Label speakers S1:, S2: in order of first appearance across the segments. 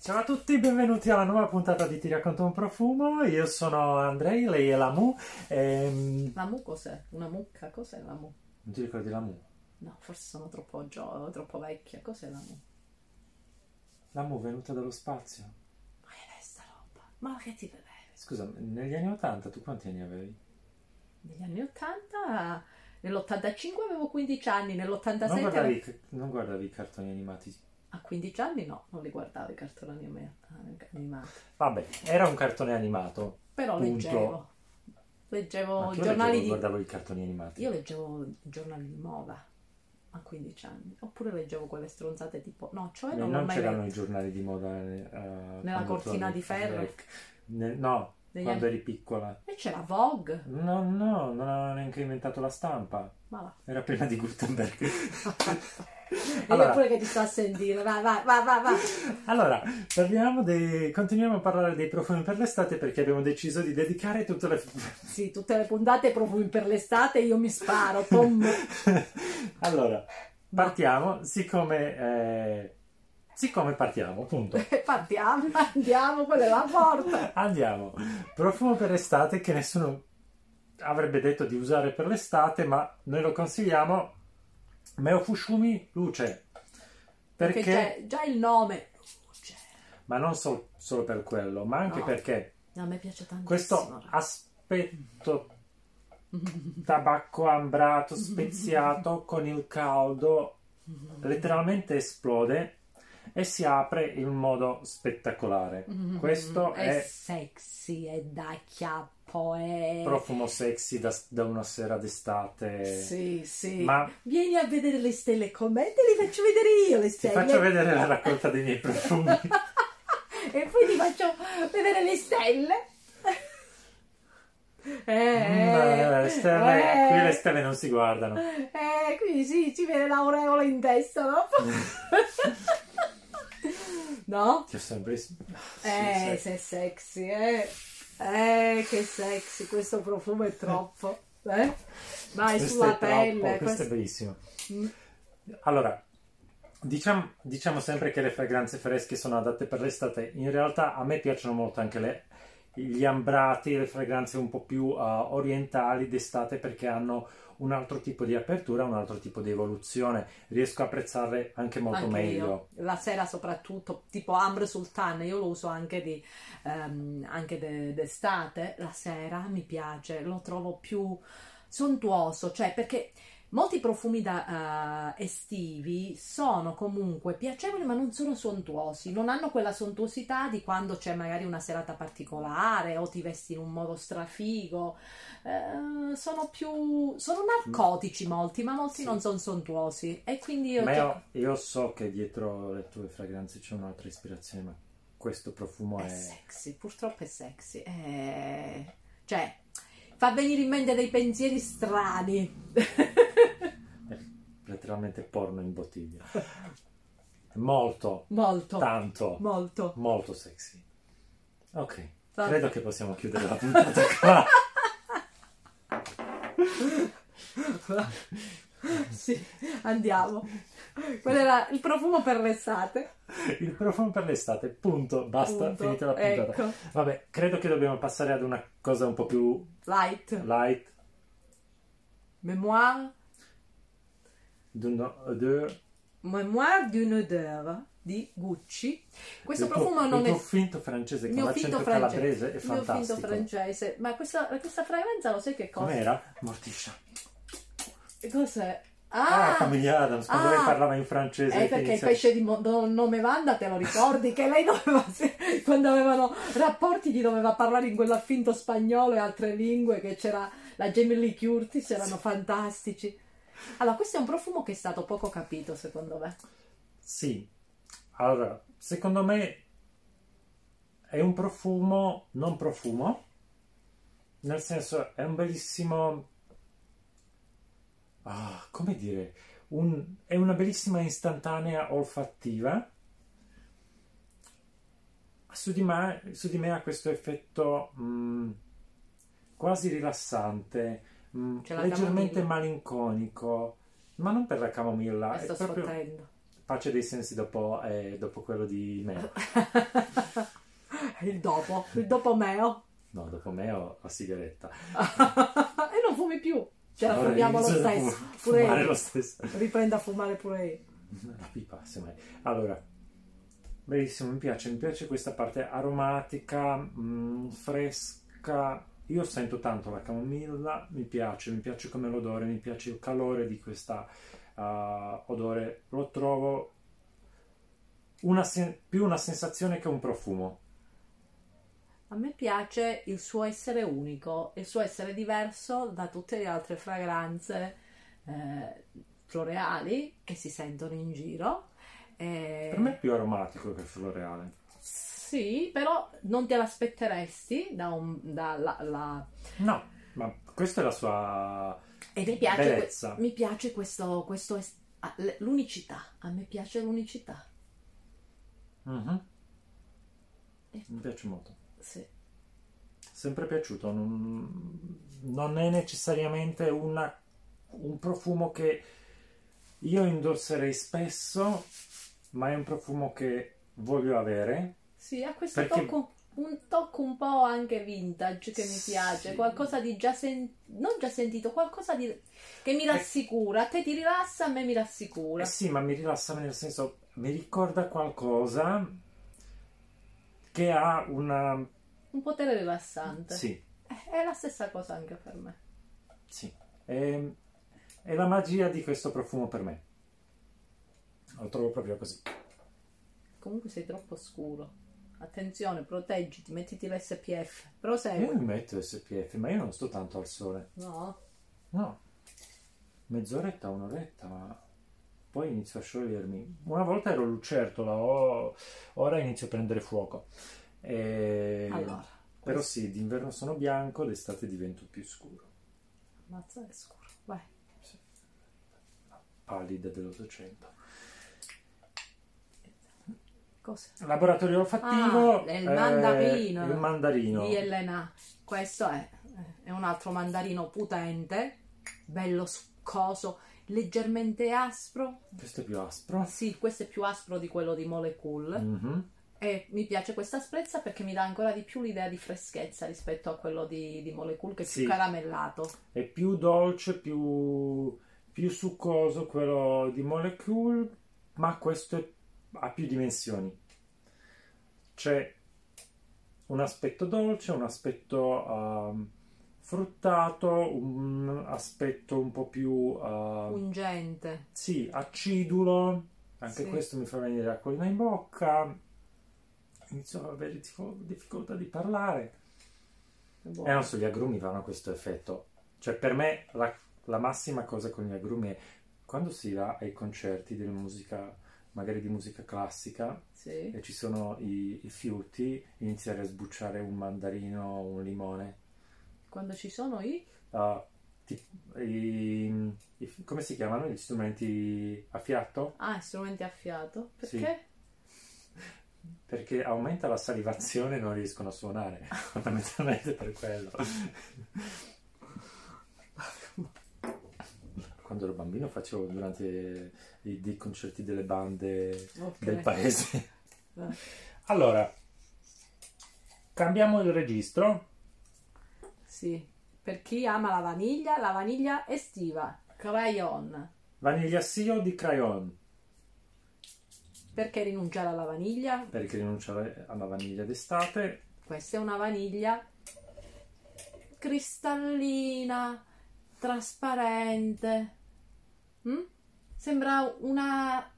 S1: Ciao a tutti, benvenuti alla nuova puntata di Ti racconto un profumo. Io sono Andrei, lei è la Mu. Ehm,
S2: La mu cos'è? Una mucca? Cos'è la mu?
S1: Non ti ricordi la Mu?
S2: No, forse sono troppo, gio- troppo vecchia. Cos'è la mu?
S1: La Mu è venuta dallo spazio.
S2: Ma è sta roba? Ma che ti bevevi?
S1: Scusa, negli anni 80 tu quanti anni avevi?
S2: Negli anni 80, nell'85 avevo 15 anni,
S1: Non
S2: nell'87
S1: guardavi, i ca- non guardavi i cartoni animati.
S2: a 15 anni no, non li guardavo i cartoni anime- animati.
S1: Vabbè, era un cartone animato.
S2: Però
S1: Punto.
S2: leggevo.
S1: Ma
S2: Leggevo
S1: tu
S2: Oh, i
S1: leggevo-
S2: giornali di...
S1: guardavo i cartoni animati.
S2: Io leggevo i giornali di moda a 15 anni. Oppure leggevo quelle stronzate tipo... No, cioè
S1: E
S2: non, l'ho
S1: non
S2: mai
S1: c'erano
S2: letto.
S1: i giornali di moda. eh, quando
S2: cortina
S1: tu-
S2: di ferro?
S1: eh, ne- no,
S2: Negli
S1: quando
S2: anni-
S1: eri piccola.
S2: E c'era Vogue.
S1: No, no, non hanno neanche inventato la stampa.
S2: Ma va.
S1: Era appena di Gutenberg.
S2: Io
S1: allora,
S2: pure che ti sto a sentire. Vai, vai, vai, vai. vai.
S1: allora, parliamo dei... continuiamo a parlare dei profumi per l'estate perché abbiamo deciso di dedicare tutte le...
S2: Sì, tutte le puntate profumi per l'estate io mi sparo. pom.
S1: allora, partiamo, siccome... eh, Siccome partiamo, punto.
S2: Partiamo, andiamo, quella è la porta.
S1: Andiamo. Profumo per l'estate che nessuno avrebbe detto di usare per l'estate, ma noi lo consigliamo. Meo Fushumi Luce.
S2: Perché, c'è già il nome. Luce.
S1: ma non sol- solo per quello, ma anche
S2: No.
S1: perché
S2: No, a me piace tantissimo.
S1: questo aspetto tabacco ambrato, speziato con il caldo
S2: Mhm.
S1: letteralmente esplode e si apre in modo spettacolare.
S2: Mhm.
S1: Questo
S2: è,
S1: è
S2: sexy, è da chiappo, è...
S1: profumo sexy da, da una sera d'estate.
S2: Sì, sì.
S1: Ma
S2: Vieni a vedere le stelle con me, te le faccio vedere io Cioè, le
S1: ti
S2: stelle.
S1: faccio vedere la raccolta dei miei profumi.
S2: e poi ti faccio vedere le stelle.
S1: Ma Mm, le stelle- qui le stelle non si guardano.
S2: Eh, quindi sì, ci viene l'aureola in testa, no? no?
S1: Ti ho sempre... Sì,
S2: Eh,
S1: sì.
S2: sei sexy, eh. Eh, che sexy, questo profumo è troppo. Eh? Vai
S1: Questo
S2: sulla
S1: è troppo,
S2: pelle.
S1: questo, è
S2: questo-
S1: bellissimo.
S2: Mm.
S1: Allora, diciamo, diciamo sempre che le fragranze fresche sono adatte per l'estate. In realtà a me piacciono molto anche le- gli ambrati, le fragranze un po' più eh, orientali d'estate perché hanno un altro tipo di apertura, un altro tipo di evoluzione. Riesco a apprezzarle anche molto
S2: Anche
S1: meglio.
S2: io, la sera soprattutto, tipo Ambre Sultan, io lo uso anche, di, ehm, anche de- d'estate, la sera mi piace, lo trovo più sontuoso, cioè perché molti profumi da, eh, estivi sono comunque piacevoli ma non sono sontuosi, non hanno quella sontuosità di quando c'è magari una serata particolare o ti vesti in un modo strafigo, Eh, sono più, sono narcotici molti ma molti
S1: Mm. Sì.
S2: non sono sontuosi e quindi io...
S1: Ma io, io so che dietro le tue fragranze c'è un'altra ispirazione, ma questo profumo
S2: È
S1: è...
S2: sexy, purtroppo è sexy. Eh, Cioè, fa venire in mente dei pensieri strani.
S1: letteralmente porno in bottiglia. Molto,
S2: molto,
S1: tanto,
S2: molto.
S1: molto sexy. Ok,
S2: Va-
S1: credo che possiamo chiudere la puntata qua.
S2: sì, andiamo. Quello era il profumo per l'estate.
S1: Il profumo per l'estate, punto, basta,
S2: Punto.
S1: finita la puntata.
S2: Ecco,
S1: Vabbè, credo che dobbiamo passare ad una cosa un po' più
S2: light,
S1: light,
S2: memoire,
S1: d'un odeur.
S2: memoire d'une odeur di Gucci. Questo
S1: Il tuo-
S2: profumo non
S1: il
S2: è
S1: tuo finto francese
S2: il
S1: con
S2: mio
S1: l'accento
S2: finto francese,
S1: calabrese è
S2: il mio finto
S1: fantastico.
S2: francese, ma questa, questa fragranza lo sai che cosa?
S1: Com'era? Morticia.
S2: Cos'è?
S1: Ah,
S2: Ah,
S1: Famiglia Adams, quando
S2: ah.
S1: lei parlava in francese.
S2: Eh,
S1: che
S2: perché il
S1: inizia-
S2: pesce di Mo- do- nome Vanda te lo ricordi che lei doveva, se- quando avevano rapporti gli doveva parlare in quell'affinto spagnolo e altre lingue che c'era la Jamie Lee Curtis erano fantastici allora questo è un profumo che è stato poco capito secondo me
S1: Sì, allora, secondo me è un profumo non profumo, nel senso è un bellissimo... Ah, come dire? Un- è una bellissima istantanea olfattiva. Su di me, su di me ha questo effetto mm, quasi rilassante, mm,
S2: C'è la
S1: leggermente
S2: camomilla.
S1: malinconico, ma non per la camomilla,
S2: me
S1: Ah, è
S2: sto
S1: proprio
S2: sfottendo
S1: pace dei sensi dopo, eh, dopo quello di Meo.
S2: il dopo, il dopo meo.
S1: No, dopo Meo la sigaretta.
S2: Ah, e non fumi più. Ce la
S1: Allora
S2: Cioè, fumiamo lo
S1: inizio a
S2: stesso.
S1: fu-
S2: Pure
S1: fumare
S2: io.
S1: lo stesso.
S2: Riprenda a fumare pure io.
S1: La pipa, semmai. Allora, bellissimo, mi piace, mi piace questa parte aromatica, mh, fresca. Io sento tanto la camomilla, mi piace, mi piace come l'odore, mi piace il calore di questa ah, odore. Lo trovo una sen- più una sensazione che un profumo.
S2: A me piace il suo essere unico, il suo essere diverso da tutte le altre fragranze eh, floreali che si sentono in giro. Eh,
S1: Per me è più aromatico che floreale.
S2: Sì, però non te l'aspetteresti da un, dalla- la-
S1: No, ma questa è la sua
S2: E mi piace, que-
S1: bellezza.
S2: mi piace questo, questo es- ah, l- l'unicità, a me piace l'unicità.
S1: Mhm.
S2: Eh.
S1: Mi piace molto.
S2: Sì.
S1: sempre piaciuto. Non, non è necessariamente una- un profumo che io indosserei spesso, ma è un profumo che voglio avere.
S2: Sì, ha questo
S1: Perché-
S2: tocco, un tocco un po' anche vintage che mi piace,
S1: Sì.
S2: qualcosa di già sen- non già sentito, qualcosa di... che mi rassicura. A te ti rilassa, a me mi rassicura.
S1: Eh sì, ma mi rilassa nel senso, mi ricorda qualcosa che ha una...
S2: Un potere rilassante.
S1: Sì,
S2: Eh, È la stessa cosa anche per me.
S1: sì. È, Ehm, è la magia di questo profumo per me. Lo trovo proprio così.
S2: Comunque sei troppo scuro. Attenzione, proteggiti, mettiti l'SPF. Prosegui.
S1: Io mi metto SPF, ma io non sto tanto al sole.
S2: No?
S1: No, mezz'oretta, un'oretta, ma poi inizio a sciogliermi. Una volta ero lucertola, o- ora inizio a prendere fuoco. E-
S2: Allora.
S1: Però sì, d'inverno sono bianco, d'estate divento più scuro,
S2: Mazza è scuro. Vai.
S1: pallida dell'Ottocento.
S2: Cosa?
S1: Laboratorio olfattivo,
S2: Ah, il
S1: eh,
S2: mandarino.
S1: il mandarino.
S2: Di Elena. Questo è, è un altro mandarino potente, bello succoso, leggermente aspro.
S1: Questo è più aspro.
S2: Sì, questo è più aspro di quello di Molecule.
S1: Mhm.
S2: E mi piace questa asprezza perché mi dà ancora di più l'idea di freschezza rispetto a quello di, di Molecule, che è
S1: Sì.
S2: più caramellato.
S1: È più dolce, più, più succoso quello di Molecule, ma questo è- ha più dimensioni. C'è un aspetto dolce, un aspetto ehm, fruttato, un aspetto un po' più ehm,
S2: Pungente.
S1: sì, acidulo, anche
S2: Sì.
S1: questo mi fa venire l'acquolina in bocca. Inizio ad avere tifo- difficoltà di parlare.
S2: Buono.
S1: E non so, gli Eh, agrumi fanno questo effetto. Cioè, per me la, la massima cosa con gli agrumi è quando si va ai concerti di musica, magari di musica classica,
S2: Sì.
S1: e ci sono i, i fiuti, iniziare a sbucciare un mandarino, un limone.
S2: Quando ci sono i...
S1: Ah, ti- i- i- come si chiamano gli strumenti a fiato?
S2: Ah, strumenti a fiato.
S1: Sì.
S2: Perché?
S1: Perché aumenta la salivazione e non riescono a suonare, fondamentalmente per quello. Quando ero bambino facevo durante i, dei concerti delle bande
S2: Ok.
S1: del paese.
S2: Eh.
S1: Allora, cambiamo il registro.
S2: Sì, per chi ama la vaniglia, la vaniglia estiva, crayon.
S1: Vaniglia sì o di Crayon,
S2: Perché rinunciare alla vaniglia?
S1: perché rinunciare alla vaniglia d'estate.
S2: Questa è una vaniglia cristallina, trasparente. Mm? Sembra una,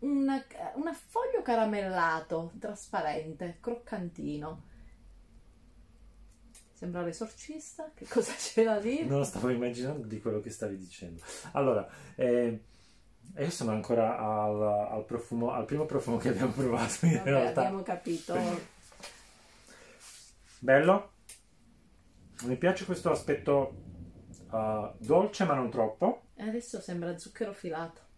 S2: una, una foglio caramellato, trasparente, croccantino. Sembra l'esorcista, che cosa c'è da dire?
S1: Non stavo immaginando di quello che stavi dicendo. Allora, eh, io sono ancora al, al profumo, al primo profumo che abbiamo provato in
S2: Vabbè,
S1: realtà.
S2: abbiamo capito.
S1: Bello. Mi piace questo aspetto eh, dolce ma non troppo.
S2: Adesso sembra zucchero filato.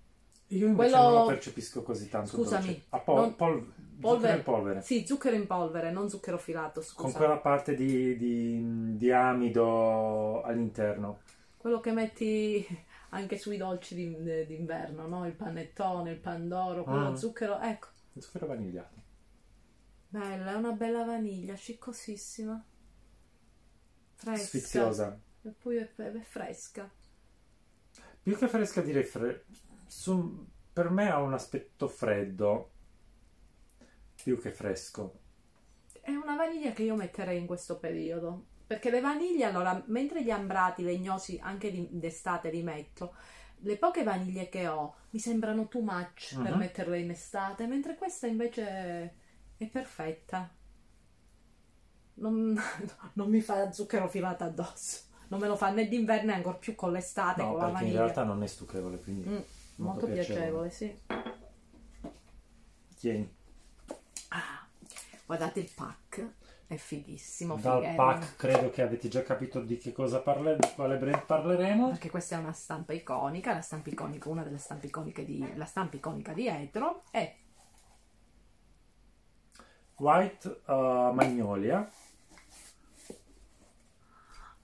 S1: Io invece
S2: Quello-
S1: non lo percepisco così tanto
S2: Scusami,
S1: dolce. A pol-
S2: non-
S1: pol- zucchero
S2: polvere.
S1: in polvere.
S2: Sì, zucchero in polvere, non zucchero filato, scusa.
S1: Con quella parte di, di- di amido all'interno.
S2: Quello che metti anche sui dolci d'in- d'inverno, no? Il panettone, il pandoro, con lo
S1: Mm.
S2: zucchero, ecco.
S1: Il zucchero vanigliato.
S2: Bella, è una bella vaniglia, ciccosissima. Fresca.
S1: Sfiziosa.
S2: E poi è, è fresca.
S1: Più che fresca direi fre- su- per me ha un aspetto freddo. Più che fresco.
S2: È una vaniglia che io metterei in questo periodo. Perché le vaniglie, allora, mentre gli ambrati legnosi anche di- d'estate li metto, le poche vaniglie che ho mi sembrano too much per
S1: Mhm.
S2: metterle in estate, mentre questa invece è perfetta. Non, non mi fa zucchero filato addosso. Non me lo fa né d'inverno e ancor più con l'estate,
S1: No,
S2: con Ah, ecco, la
S1: perché in
S2: vaniglia.
S1: realtà non è stucchevole, quindi
S2: Mm, molto piacevole, sì.
S1: Tieni,
S2: Ah, guardate il pack, è fighissimo.
S1: dal
S2: fighello.
S1: pack credo che avete già capito di che cosa parleremo, di quale brand parleremo.
S2: Perché questa è una stampa iconica, la stampa iconica, una delle stampe iconiche di, la stampa iconica di Etro è
S1: White uh, Magnolia.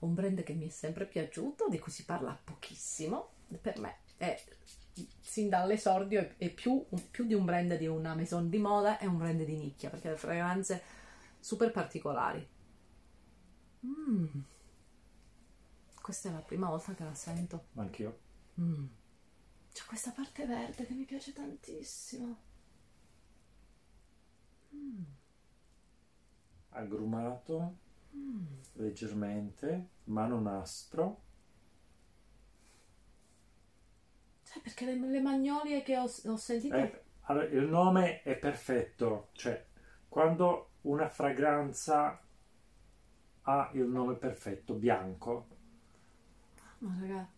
S2: un brand che mi è sempre piaciuto, di cui si parla pochissimo, per me è sin dall'esordio è, è più, un- più di un brand di una maison di moda, è un brand di nicchia, perché ha delle fragranze super particolari. Mm. Questa è la prima volta che la sento.
S1: Anch'io.
S2: Mm. C'è questa parte verde che mi piace tantissimo.
S1: Agrumato leggermente, ma non aspro.
S2: Sai, perché le, le magnolie che ho, ho sentito...
S1: Eh, allora, il nome è perfetto, cioè quando una fragranza ha il nome perfetto, bianco,
S2: Ma raga,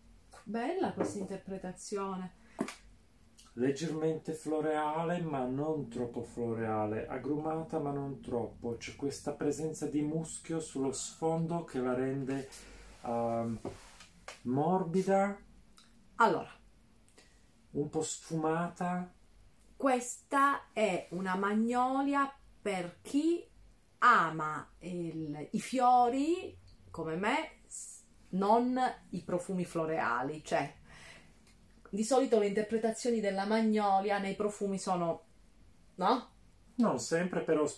S2: bella questa interpretazione.
S1: leggermente floreale ma non troppo floreale, agrumata ma non troppo, c'è questa presenza di muschio sullo sfondo che la rende ehm, morbida,
S2: Allora,
S1: un po' sfumata,
S2: questa è una magnolia per chi ama il- i fiori come me, s- non i profumi floreali. Cioè, di solito le interpretazioni della magnolia nei profumi sono... No?
S1: non sempre però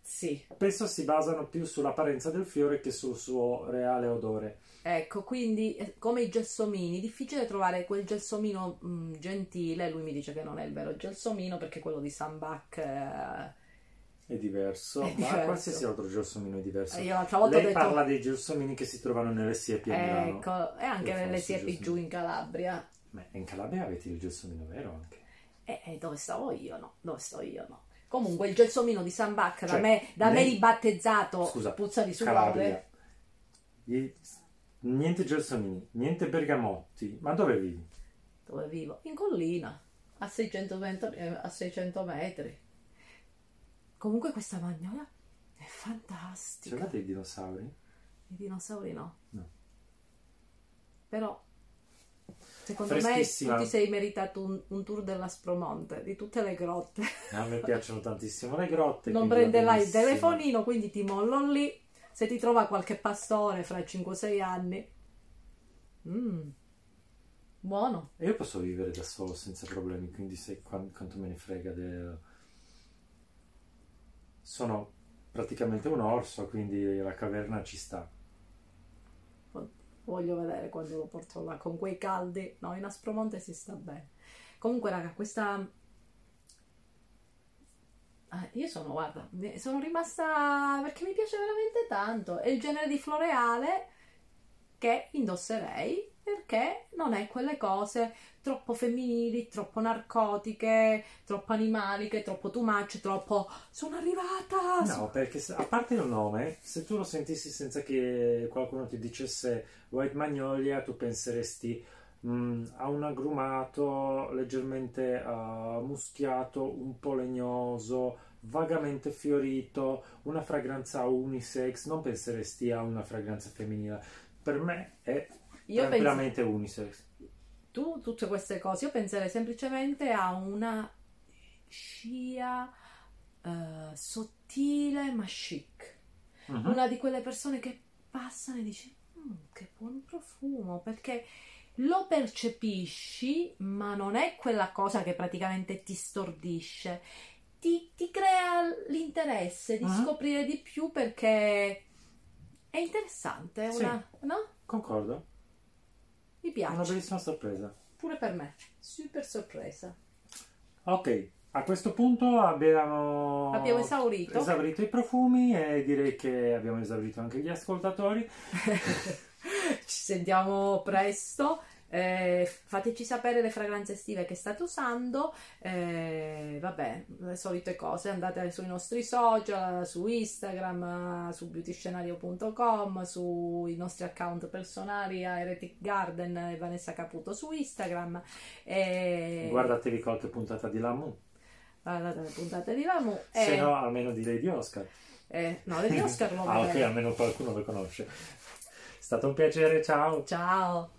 S2: Sì.
S1: spesso si basano più sull'apparenza del fiore che sul suo reale odore.
S2: Ecco, quindi eh, come i gelsomini, difficile trovare quel gelsomino mh, gentile, lui mi dice che non è il vero gelsomino perché quello di eh, Sambac
S1: È diverso,
S2: È
S1: ma
S2: diverso. Eh,
S1: qualsiasi altro gelsomino è diverso.
S2: io l'altra volta ho
S1: Lei
S2: detto
S1: parla dei gelsomini che si trovano nelle siepi a Milano.
S2: ecco, e anche
S1: Io
S2: nelle
S1: forse
S2: siepi
S1: gelsomino.
S2: giù in Calabria.
S1: Ma in Calabria avete il gelsomino vero anche?
S2: E, e eh, dove stavo io? No, dove sto io? No. Comunque il gelsomino di Sambac da
S1: Cioè,
S2: me, da me
S1: lei-
S2: ribattezzato
S1: Scusa,
S2: puzza di
S1: Calabria.
S2: sudore.
S1: I- Niente gelsomini, niente bergamotti. Ma dove vivi?
S2: Dove vivo? In collina, a 620 eh, a 600 metri. Comunque questa magnolia è fantastica.
S1: C'erano dei dinosauri?
S2: I dinosauri no.
S1: No.
S2: Però, secondo me,
S1: Freschissima.
S2: tu ti sei meritato un, un tour dell'Aspromonte, di tutte le grotte.
S1: A me piacciono tantissimo le grotte.
S2: non
S1: Eh, quindi va
S2: prenderai il
S1: benissimo.
S2: telefonino, quindi ti mollo lì. Se ti trova qualche pastore fra i 5-6 anni. Mm. Buono.
S1: E io posso vivere da solo senza problemi, quindi se, quan- quanto me ne frega del... Sono praticamente un orso, quindi la caverna ci sta.
S2: Voglio vedere quando lo porto là con quei caldi. No, in Aspromonte si sta bene. Comunque, raga, questa. Ah, io sono, guarda, ne- sono rimasta perché mi piace veramente tanto. È il genere di floreale che indosserei perché non è quelle cose troppo femminili, troppo narcotiche, troppo animaliche, troppo too much, troppo sono arrivata. sono-
S1: No, perché se- a parte il nome, se tu lo sentissi senza che qualcuno ti dicesse White Magnolia, tu penseresti mm, a un agrumato leggermente eh, muschiato, un po' legnoso, vagamente fiorito, una fragranza unisex, non penseresti a una fragranza femminile. Per me è
S2: Io penso
S1: tranquillamente unisex.
S2: tu tutte queste cose, io penserei semplicemente a una scia eh, sottile ma chic.
S1: Mhm.
S2: Una di quelle persone che passano e dice "Mm, che buon profumo, perché lo percepisci, ma non è quella cosa che praticamente ti stordisce. Ti, ti crea l'interesse di
S1: Mhm.
S2: scoprire di più perché è interessante, è
S1: Sì.
S2: una- no?
S1: Concordo,
S2: Mi
S1: è
S2: piace,
S1: una bellissima sorpresa.
S2: pure per me, super sorpresa.
S1: Ok, a questo punto abbiamo,
S2: Abbiamo esaurito.
S1: esaurito i profumi e direi che abbiamo esaurito anche gli ascoltatori.
S2: Ci sentiamo presto. eh, fateci sapere le fragranze estive che state usando. eh, vabbè, le solite cose. Andate sui nostri social, su Instagram, eh, su beautyscenario.com, sui nostri account personali a Heretic Garden e Vanessa Caputo su Instagram. E
S1: Guardatevi qualche puntata di Lamu,
S2: guardate le puntate di Ramu. E,
S1: se no almeno di Lady Oscar.
S2: e- no, le di Oscar non
S1: ah,
S2: va
S1: ok,
S2: bene.
S1: almeno qualcuno lo conosce. È stato un piacere, ciao.
S2: Ciao.